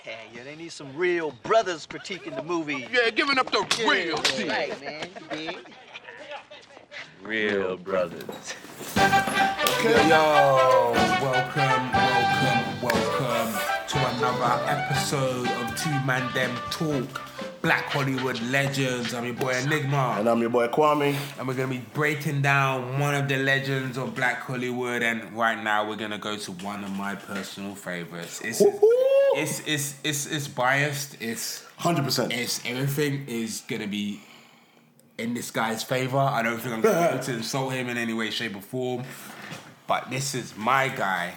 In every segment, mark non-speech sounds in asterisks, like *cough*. Okay, yeah, they need some real brothers critiquing the movie. Yeah, giving uh, up the real deal. Right, man. You dig? Real brothers. Yo, yo, welcome, welcome, welcome to another episode of Two Man Dem Talk. Black Hollywood legends. I'm your boy Enigma, And I'm your boy Kwame. and we're gonna be breaking down one of the legends of Black Hollywood. And right now, we're gonna go to one of my personal favorites. It's it's it's it's, it's biased. It's 100%. it's everything is gonna be in this guy's favor. I don't think I'm gonna be able to insult him in any way, shape, or form. But this is my guy,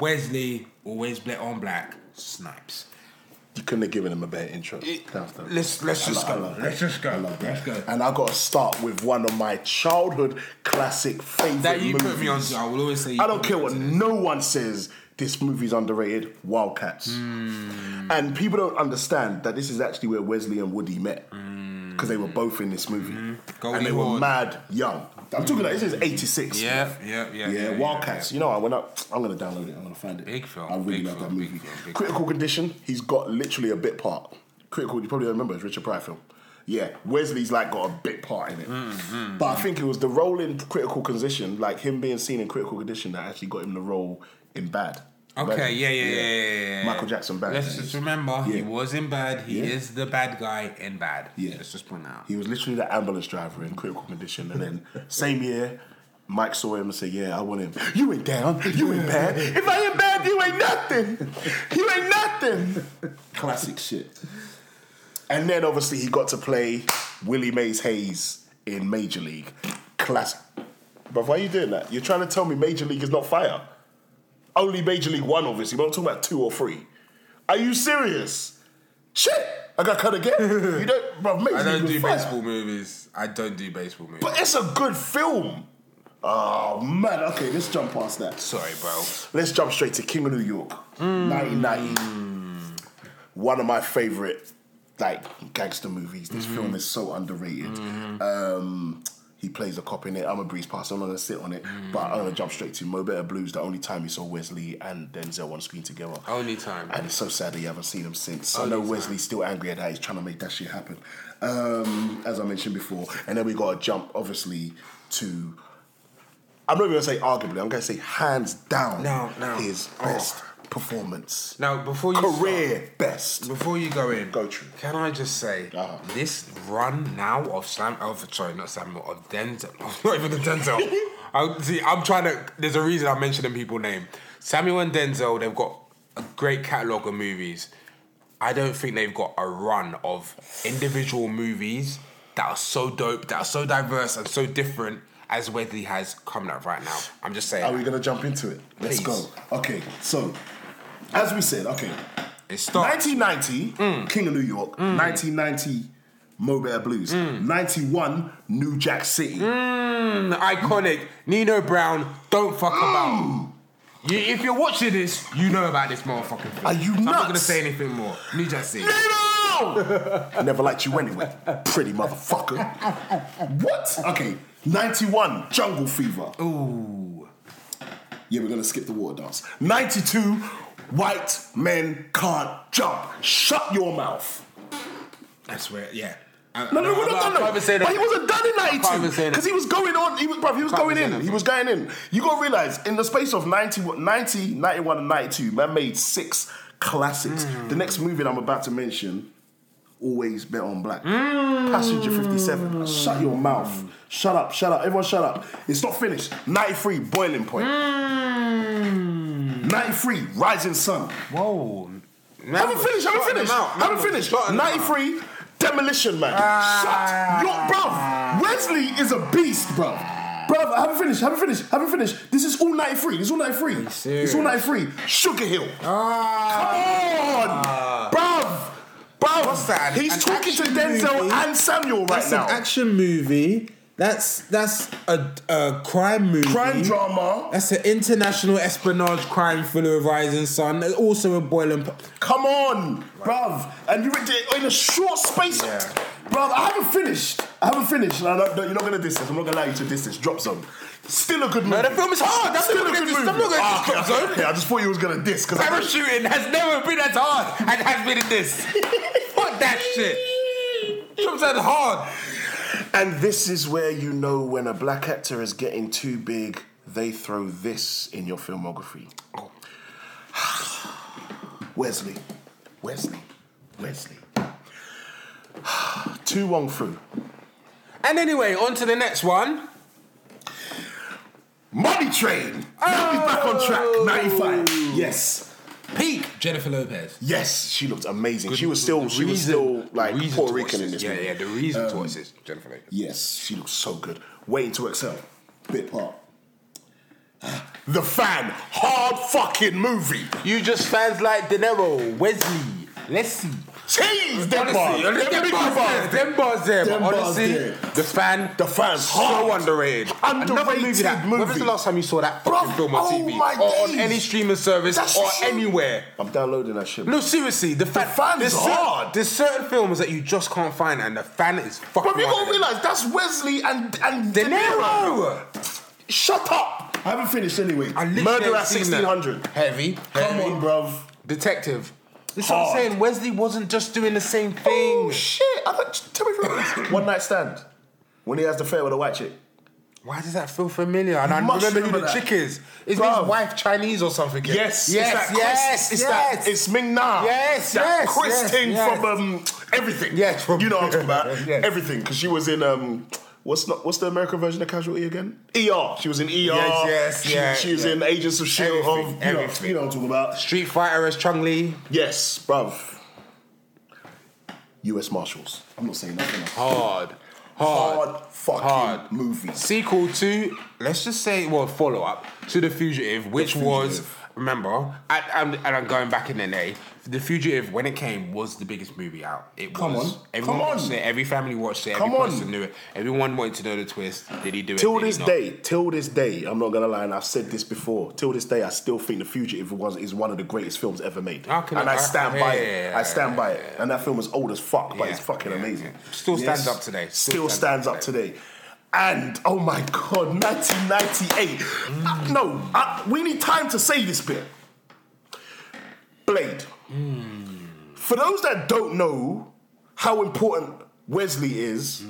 Wesley, always black on black, Snipes. You couldn't have given him a better intro. Let's let's I love- just I go. love Let's that. just go. I love Let's that. go. And I got to start with one of my childhood classic favorite That you movies. put me on. I will always say. You I don't put care me what onto no one says. This movie's underrated. Wildcats, Hmm. and people don't understand that this is actually where Wesley and Woody met Hmm. because they were both in this movie, Goldie and they were Hawn. mad young. I'm talking like this is '86. this. Yeah, yeah, yeah. Yeah, Wildcats. You know, I went up. I'm gonna download it. I'm gonna find it. Big film, I really big love that film, big movie. film, big Critical condition. He's got literally a bit part. Critical. You probably don't remember. It's Richard Pryor film. Yeah, Wesley's like got a bit part in it. Mm-hmm. But I think it was the role in Critical Condition, like him being seen in Critical Condition, that actually got him the role in Bad. Okay, Imagine. yeah, yeah, yeah, yeah, yeah, yeah. Michael Jackson Bad. Let's just remember he Yeah. was in bad. He Yeah. is the bad guy in bad. Yeah. Let's just point that out. He was literally the ambulance driver in critical condition. And then same year, Mike saw him and said, Yeah, I want him. You ain't down. You ain't bad. If I ain't bad, you ain't nothing. You ain't nothing. Classic shit. And then obviously he got to play Willie Mays Hayes in Major League. Classic. But why are you doing that? You're trying to tell me Major League is not fire. Only Major League One, obviously, but I'm talking about two or three. Are you serious? Shit! I got cut *laughs* again. You don't, bro. Major I League don't was do fire. baseball movies. I don't do baseball movies. But it's a good film. Oh man, okay, let's jump past that. Sorry, bro. Hmm. Let's jump straight to King of New York, 1990. One of my favorite like gangster movies. This Hmm. film is so underrated. Um, he plays a cop in it. I'm a breeze passer. I'm not gonna sit on it, but I'm gonna jump straight to Mo Better Blues. The only time you saw Wesley and Denzel on screen together. Only time. And it's so sad that you haven't seen him Oh, since. I know Wesley's still angry at that. He's trying to make that shit happen. Um, as I mentioned before. And then we got to jump, obviously, to. I'm not even going to say arguably. I'm going to say hands down No, no. his Oh. best performance. Now, before you Career best. start- before you go in, Go through. Can I just say Uh-huh. this run now of Sam? Oh, sorry, not Samuel of Denzel. *laughs* Not even *laughs* the Denzel. I, see, I'm trying to. There's a reason I'm mentioning people name. Samuel and Denzel. They've got a great catalog of movies. I don't think they've got a run of individual movies that are so dope, that are so diverse and so different as Wesley has coming up right now. I'm just saying. Are we going to jump into it? Let's Please. go. Okay, so, as we said, okay, it starts. 1990, Mm. King of New York. 1990, Mo Better Blues. Mm. 91, New Jack City. iconic Nino Brown. Don't fuck about. You, if you're watching this, you know about this motherfucking film. Are you So I'm not nuts? gonna say anything more. New Jack City. I never liked you anyway, pretty motherfucker. what? Okay, 91, Jungle Fever. Ooh. Yeah, we're gonna skip the water dance. 92, White Men Can't Jump. Shut your mouth. That's where, yeah. No, no, we're not I can't done even though. say But that. he wasn't done in I can't even say 92. that. Because he was going on, he was, bruv, he was Can't going even say in. that. He was going in. You gotta realize, in the space of 90, 90 91, and 92, man made six classics. Mm. The next movie that I'm about to mention, always bet on black. Mm. Passenger 57. Shut your mouth. Shut up, shut up. Everyone shut up. It's not finished. 93, Boiling Point. Mm. 93, Rising Sun. Whoa. I haven't finished. I haven't finished. I haven't finished. 93, Demolition Man. Shut your bruv. Wesley is a beast, bruv. Bruv, I haven't finished. I haven't finished. I haven't finished. This is all 93. This is all 93. It's all 93. Sugar Hill. Ah. Come on, bruv. Bruv. What's that? He's An talking to action Denzel movie? and Samuel right That's now. an action movie. That's that's a, a crime movie. Crime drama. That's an international espionage crime thriller, Rising Sun. Also a boiling. Po- Come on, bruv. And you went there in a short space. Yeah. Bruv, I haven't finished. I haven't finished. No, no, no, you're not gonna diss this. I'm not gonna allow you to diss this. Drop Zone. Still a good movie. No, the film is hard. That's Still not a gonna good diss- movie. I'm not gonna Ah, diss Drop okay, Zone. I just thought you was gonna diss because Parachuting has never been as hard and has been in this. Fuck that shit. Trump said hard. And this is where you know when a black actor is getting too big, they throw this in your filmography. *sighs* Wesley. Wesley. Wesley. *sighs* Two Wong Fu. And anyway, on to the next one. Money Train. Now he's back on Oh. track. 95. Yes. Peak Jennifer Lopez. Yes, she looked amazing. Good- she was still, the she was reason- still like the reason Puerto to watch Rican in this Yeah, movie. Um, yeah, the reason to watch this, Jennifer Lopez. Yes, she looks so good. Waiting to excel. Bit part. The fan. Hard fucking movie. You just fans like De Niro, Wesley, Leslie. Cheese, them bars. Honestly, Them honestly, big them bars. bars there, them bars there, but Them bars honestly, there. the fan, The fan's so hard. underrated. Underrated Another movie that. When was movie. the last time you saw that Bruv, fucking film on oh TV my or on days. any streaming service That's or shit. anywhere? I'm downloading that shit. No, seriously, the, fan, fan's there's cer- hard. there's certain films that you just can't find, and the fan is fucking. But you one of gotta them. realise that's Wesley and and De Niro. Shut up! I haven't finished anyway. I literally Murder at ain't seen that. 1600. Heavy. Come heavy. on, bruv. Detective. That's what I'm Hard. saying. Wesley wasn't just doing the same thing. Oh shit! I thought, tell me if it was- One night stand. When he has the affair with a white chick. Why does that feel familiar? And I must remember, who the remember that. chick is. Is Bruv. his wife Chinese or something? Yes, Yes. it's that yes. Chris, it's yes. that it's Ming Na. Yes, that yes, Chris yes, thing yes. from um, everything. Yes, from- you know what I'm talking about. *laughs* Yes. Everything, because she was in um, what's not what's the American version of Casualty again? ER. She was in ER. Yes, yes, she, yeah, she was yeah. in Agents of Shield. Everything, of, you, know, everything. you know what I'm talking about. Street Fighter as Chung Lee. Yes, bruv. U.S. Marshals. I'm not saying nothing. Else. Hard. Hard. Hard fucking Hard. movies. Sequel to, let's just say, well, follow up to The Fugitive, which was, Fugitive. remember, I, I'm, and I'm going back in the day. The Fugitive, when it came, was the biggest movie out. It Come was. on. Everyone Come watched on. it. Every family watched it. Come every on. person knew it. Everyone wanted to know the twist. Did he do it? Till Did he this not? day, till this day, I'm not gonna lie, and I've said this before. Till this day, I still think The Fugitive was is one of the greatest films ever made, How can and I- I, stand I- by yeah, it. yeah, I stand yeah, by yeah, it, and that film was old as fuck, but Yeah, it's fucking yeah, amazing. yeah. Still stands up today. Still Still, stands, stands up up today. And oh my god, 1998. Mm. Uh, no, uh, we need time to say this bit. Blade. For those that don't know how important Wesley is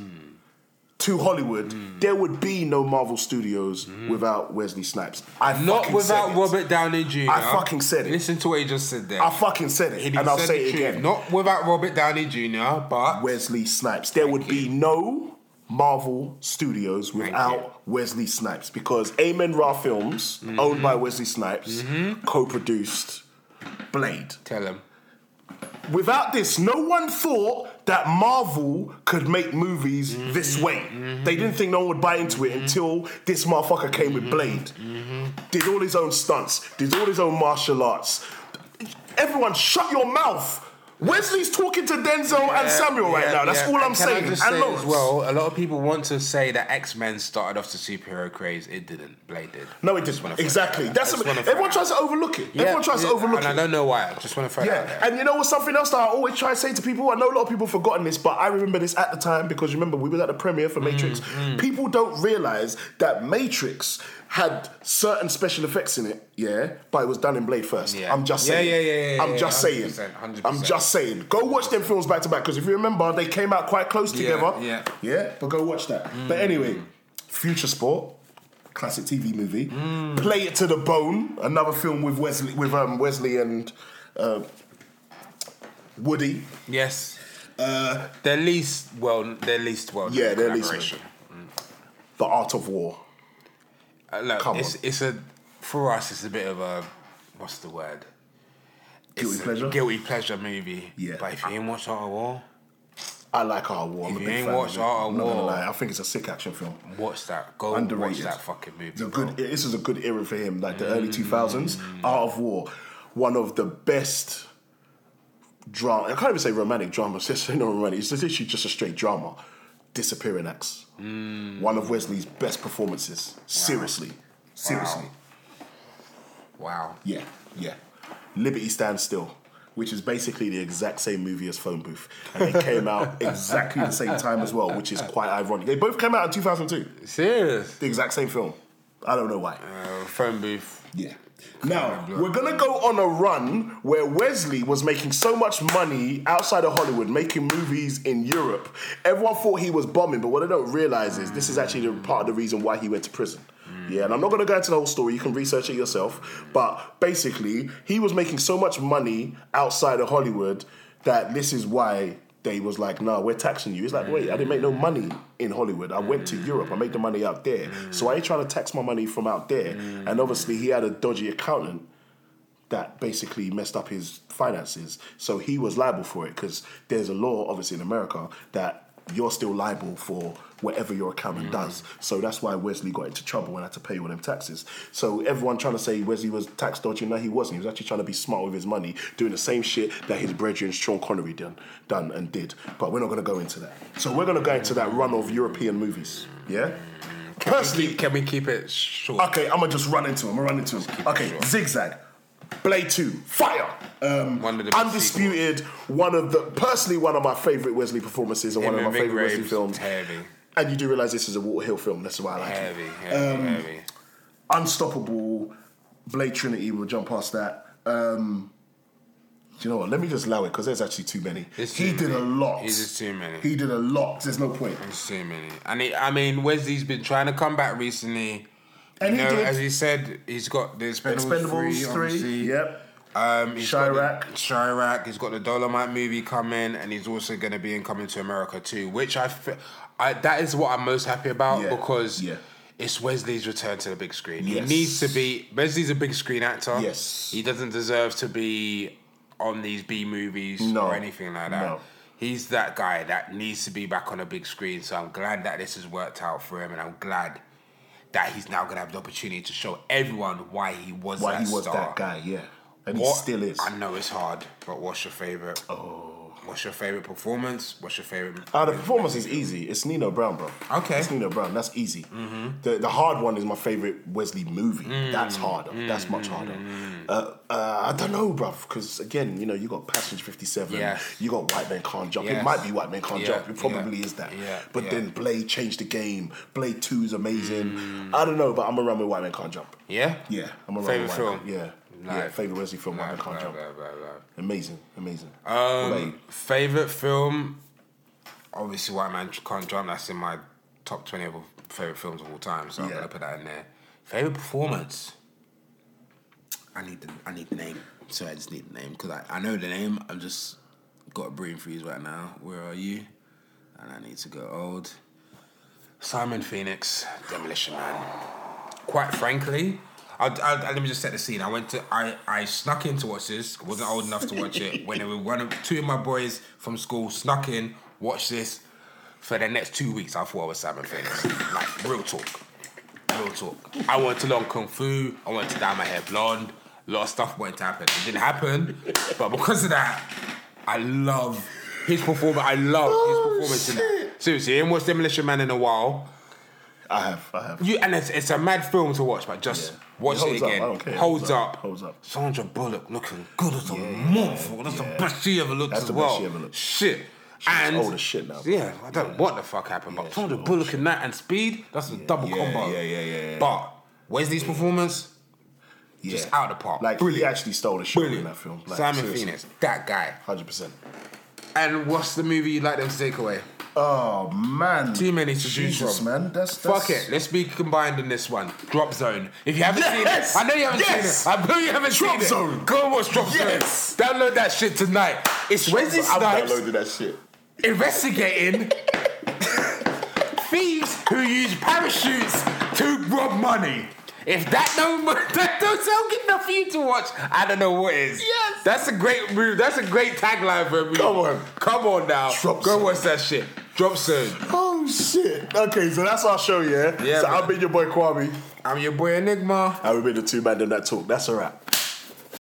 to Hollywood, there would be no Marvel Studios without Wesley Snipes. I Not fucking without said it. Robert Downey Jr. I fucking said it. Listen to what he just said there. I fucking said it, He and I'll said say the it truth. again. Not without Robert Downey Jr., but Wesley Snipes. There would be no Marvel Studios without Wesley Snipes because Amen Ra Films, owned by Wesley Snipes, Mm-hmm. co-produced Blade. tell him. Without this, no one thought that Marvel could make movies this way. They didn't think no one would buy into it until this motherfucker came with Blade. Did all his own stunts, did all his own martial arts. Everyone, shut your mouth. Wesley's talking to Denzel and Samuel right Yeah, now. That's yeah. all I'm And can saying. I just and say Lawrence. as well, a lot of people want to say that X Men started off the superhero craze. It didn't. Blade did. No, it Just wanna didn't. throw Exactly. out. That's Just a, wanna throw everyone out. tries to overlook it. Yeah, everyone tries yeah, to overlook and it. I don't know why. I just want to throw it out Yeah, there. and you know what's something else that I always try to say to people? I know a lot of people have forgotten this, but I remember this at the time because remember we were at the premiere for Matrix. Mm, People don't realize that Matrix had certain special effects in it, yeah, but it was done in Blade first. Yeah. I'm just Yeah, saying. yeah, yeah, yeah, I'm yeah, just 100%, saying. 100%. I'm just saying. Go watch them films back to back because if you remember, they came out quite close Yeah, together. yeah. Mm. yeah but go watch that. But anyway, Future Sport classic TV movie. Play it to the bone. Another film with Wesley, with um, Wesley and uh, Woody. Yes. Uh, Their least well, their least well. Yeah, their least collaboration. the Art of War. Uh, look, Come it's, on. it's a for us. It's a bit of a what's the word? Guilty It's a pleasure? Guilty pleasure movie. Yeah. But if you ain't watched Art of War, I like Art of War. I'm If a you big ain't fan of watched it. Art of I'm not gonna War- lie. I think it's a sick action film. Oh, watch that. Go Underrated. watch that fucking movie. It's a bro. Mm. good. This is a good era for him. Like the early 2000s. Art of War, one of the best drama. I can't even say romantic drama. *laughs* It's just no romantic. It's just literally just a straight drama. Disappearing acts. Mm. One of Wesley's best performances. Seriously. Seriously. Wow. Yeah, yeah. Liberty stands still. which is basically the exact same movie as Phone Booth, and they came *laughs* out exactly the same time as well, which is quite ironic. They both came out in 2002, Serious. the exact same film. I don't know why. Uh, phone booth. Yeah. Now, we're going to go on a run where Wesley was making so much money outside of Hollywood, making movies in Europe. Everyone thought he was bombing, but what I don't realize is this is actually the part of the reason why he went to prison. Yeah, and I'm not going to go into the whole story. You can research it yourself. But basically, he was making so much money outside of Hollywood that this is why they was like, nah, we're taxing you. It's like, wait, I didn't make no money in Hollywood. I went to Europe. I made the money out there. So I ain't trying to tax my money from out there. And obviously, he had a dodgy accountant that basically messed up his finances. So he was liable for it because there's a law, obviously, in America that you're still liable for whatever your Mm. accountant does. So that's why Wesley got into trouble and had to pay all them taxes. So everyone trying to say Wesley was tax dodging, no, he wasn't. He was actually trying to be smart with his money, doing the same shit that his brethren Sean Connery done, done and did. But we're not going to go into that. So we're going to go into that run of European movies. Yeah? Personally, Can we keep it short? Okay, I'm gonna just run into him. I'm gonna run into him. Okay, short. zigzag. Blade 2, fire! Um, One of the best undisputed, one of the, personally, one of my favourite Wesley performances and one of my Him and Ving favourite Wesley Rhames, films. Heavy, And you do realise this is a Walter Hill film, that's why I like it. heavy, heavy, Um, heavy. Unstoppable, Blade Trinity, we'll jump past that. Um, do you know what? Let me just allow it because there's actually too many. It's he too did a many. lot. It's just too many. He did a lot. There's no point. So many. And he, I mean, Wesley's been trying to come back recently. And you he know, did. as he said, he's got the Expendables, Expendables 3, obviously. yep. Um, he's got Chirac. the- Chirac. He's got the Dolomite movie coming, and he's also going to be in Coming to America too, which I, fe- I that is what I'm most happy about Yeah, because yeah. it's Wesley's return to the big screen. Yes. He needs to be. Wesley's a big screen actor. Yes. he doesn't deserve to be on these B movies No, or anything like that. no. He's that guy that needs to be back on a big screen. So I'm glad that this has worked out for him, and I'm glad. That he's now gonna have the opportunity to show everyone why he was Why that he was star. that guy, yeah. And he What- still is. I know it's hard, but what's your favorite? Oh. What's your favorite performance? What's your favorite? Uh, the performance is easy. It's Nino Brown, bro. Okay. It's Nino Brown. That's easy. The, the hard one is my favorite Wesley movie. Mm. That's harder. That's much harder. Uh, uh, I don't know, bro, because again, you know, you got Passenger 57. Yes. You got White Man Can't Jump. It Yes. might be White Man Can't Yeah, Jump. It probably yeah, is that. yeah, But yeah. then Blade changed the game. Blade 2 is amazing. I don't know, but I'm around with White Man Can't Jump. Mm. Yeah. Yeah. I'm around Favorite with White film? Man. Yeah. yeah. Like- Favorite Wesley film, White Man Blah, Can't blah, Jump. blah, blah, blah. Amazing. Amazing. Um, Blade. favorite film. Obviously, White Man Can't Jump. That's in my top twenty of favorite films of all time. So I'm Yeah. gonna put that in there. Favorite performance. I need the I need the name. So I just need the name because I, I know the name. I'm just got a brain freeze right now. Where are you? And I need to go old. Simon Phoenix, Demolition Man. Quite frankly, I, I, let me just set the scene. I went to I, I snuck in to watch this. wasn't old enough to watch it. When it was one of two of my boys from school snuck in, watched this for the next two weeks. I thought I was Simon Phoenix. Like real talk. Real talk. I wanted to learn kung fu. I wanted to dye my hair blonde. A lot of stuff wanted to happen. It didn't happen, but because of that, I love his performance. I love his performance in that. Seriously, you ain't watched Demolition Man in a while. I have. I have. You and it's, it's a mad film to watch, but just Yeah. watch It holds it, up, again. I don't care, it Holds, holds up, up. holds up. Sandra Bullock looking good as a motherfucker. That's the best she ever looked That's as the well. best she ever looked. Shit. She's and old as shit now. Yeah, I don't know what the fuck happened, Yeah, but Sandra she's old Bullock and that and speed, that's a double Yeah, combo. yeah, yeah, yeah, yeah. But Wesley's performance, just Yeah. out of the park. Like he Brilliant. actually stole the show in Brilliant. that film. Like, Simon Phoenix, that guy. hundred percent. And what's the movie you'd like them to take away? Oh man, Too many to choose Jesus, from. man. That's, that's Fuck it, let's be combined in this one. Drop Zone. If you haven't Yes! seen it, I know you haven't Yes! seen it. I know you haven't Drop seen it. Zone. Go and watch Drop Yes! Zone. Download that shit tonight. It's Wesley I've Snipes downloaded that shit. *laughs* investigating thieves who use parachutes to rob money. If that don't *laughs* that don't sound good enough for you to watch, I don't know what is. Yes! That's a great move. That's a great tagline for a movie. Come on. come on now. Drop Go Zone. watch that shit. Drop Zone. Oh shit. Okay, so that's our show, yeah. Yeah, So man. I've been your boy Kwame, I'm your boy Enigma. and we've been the two man in that talk. That's a wrap.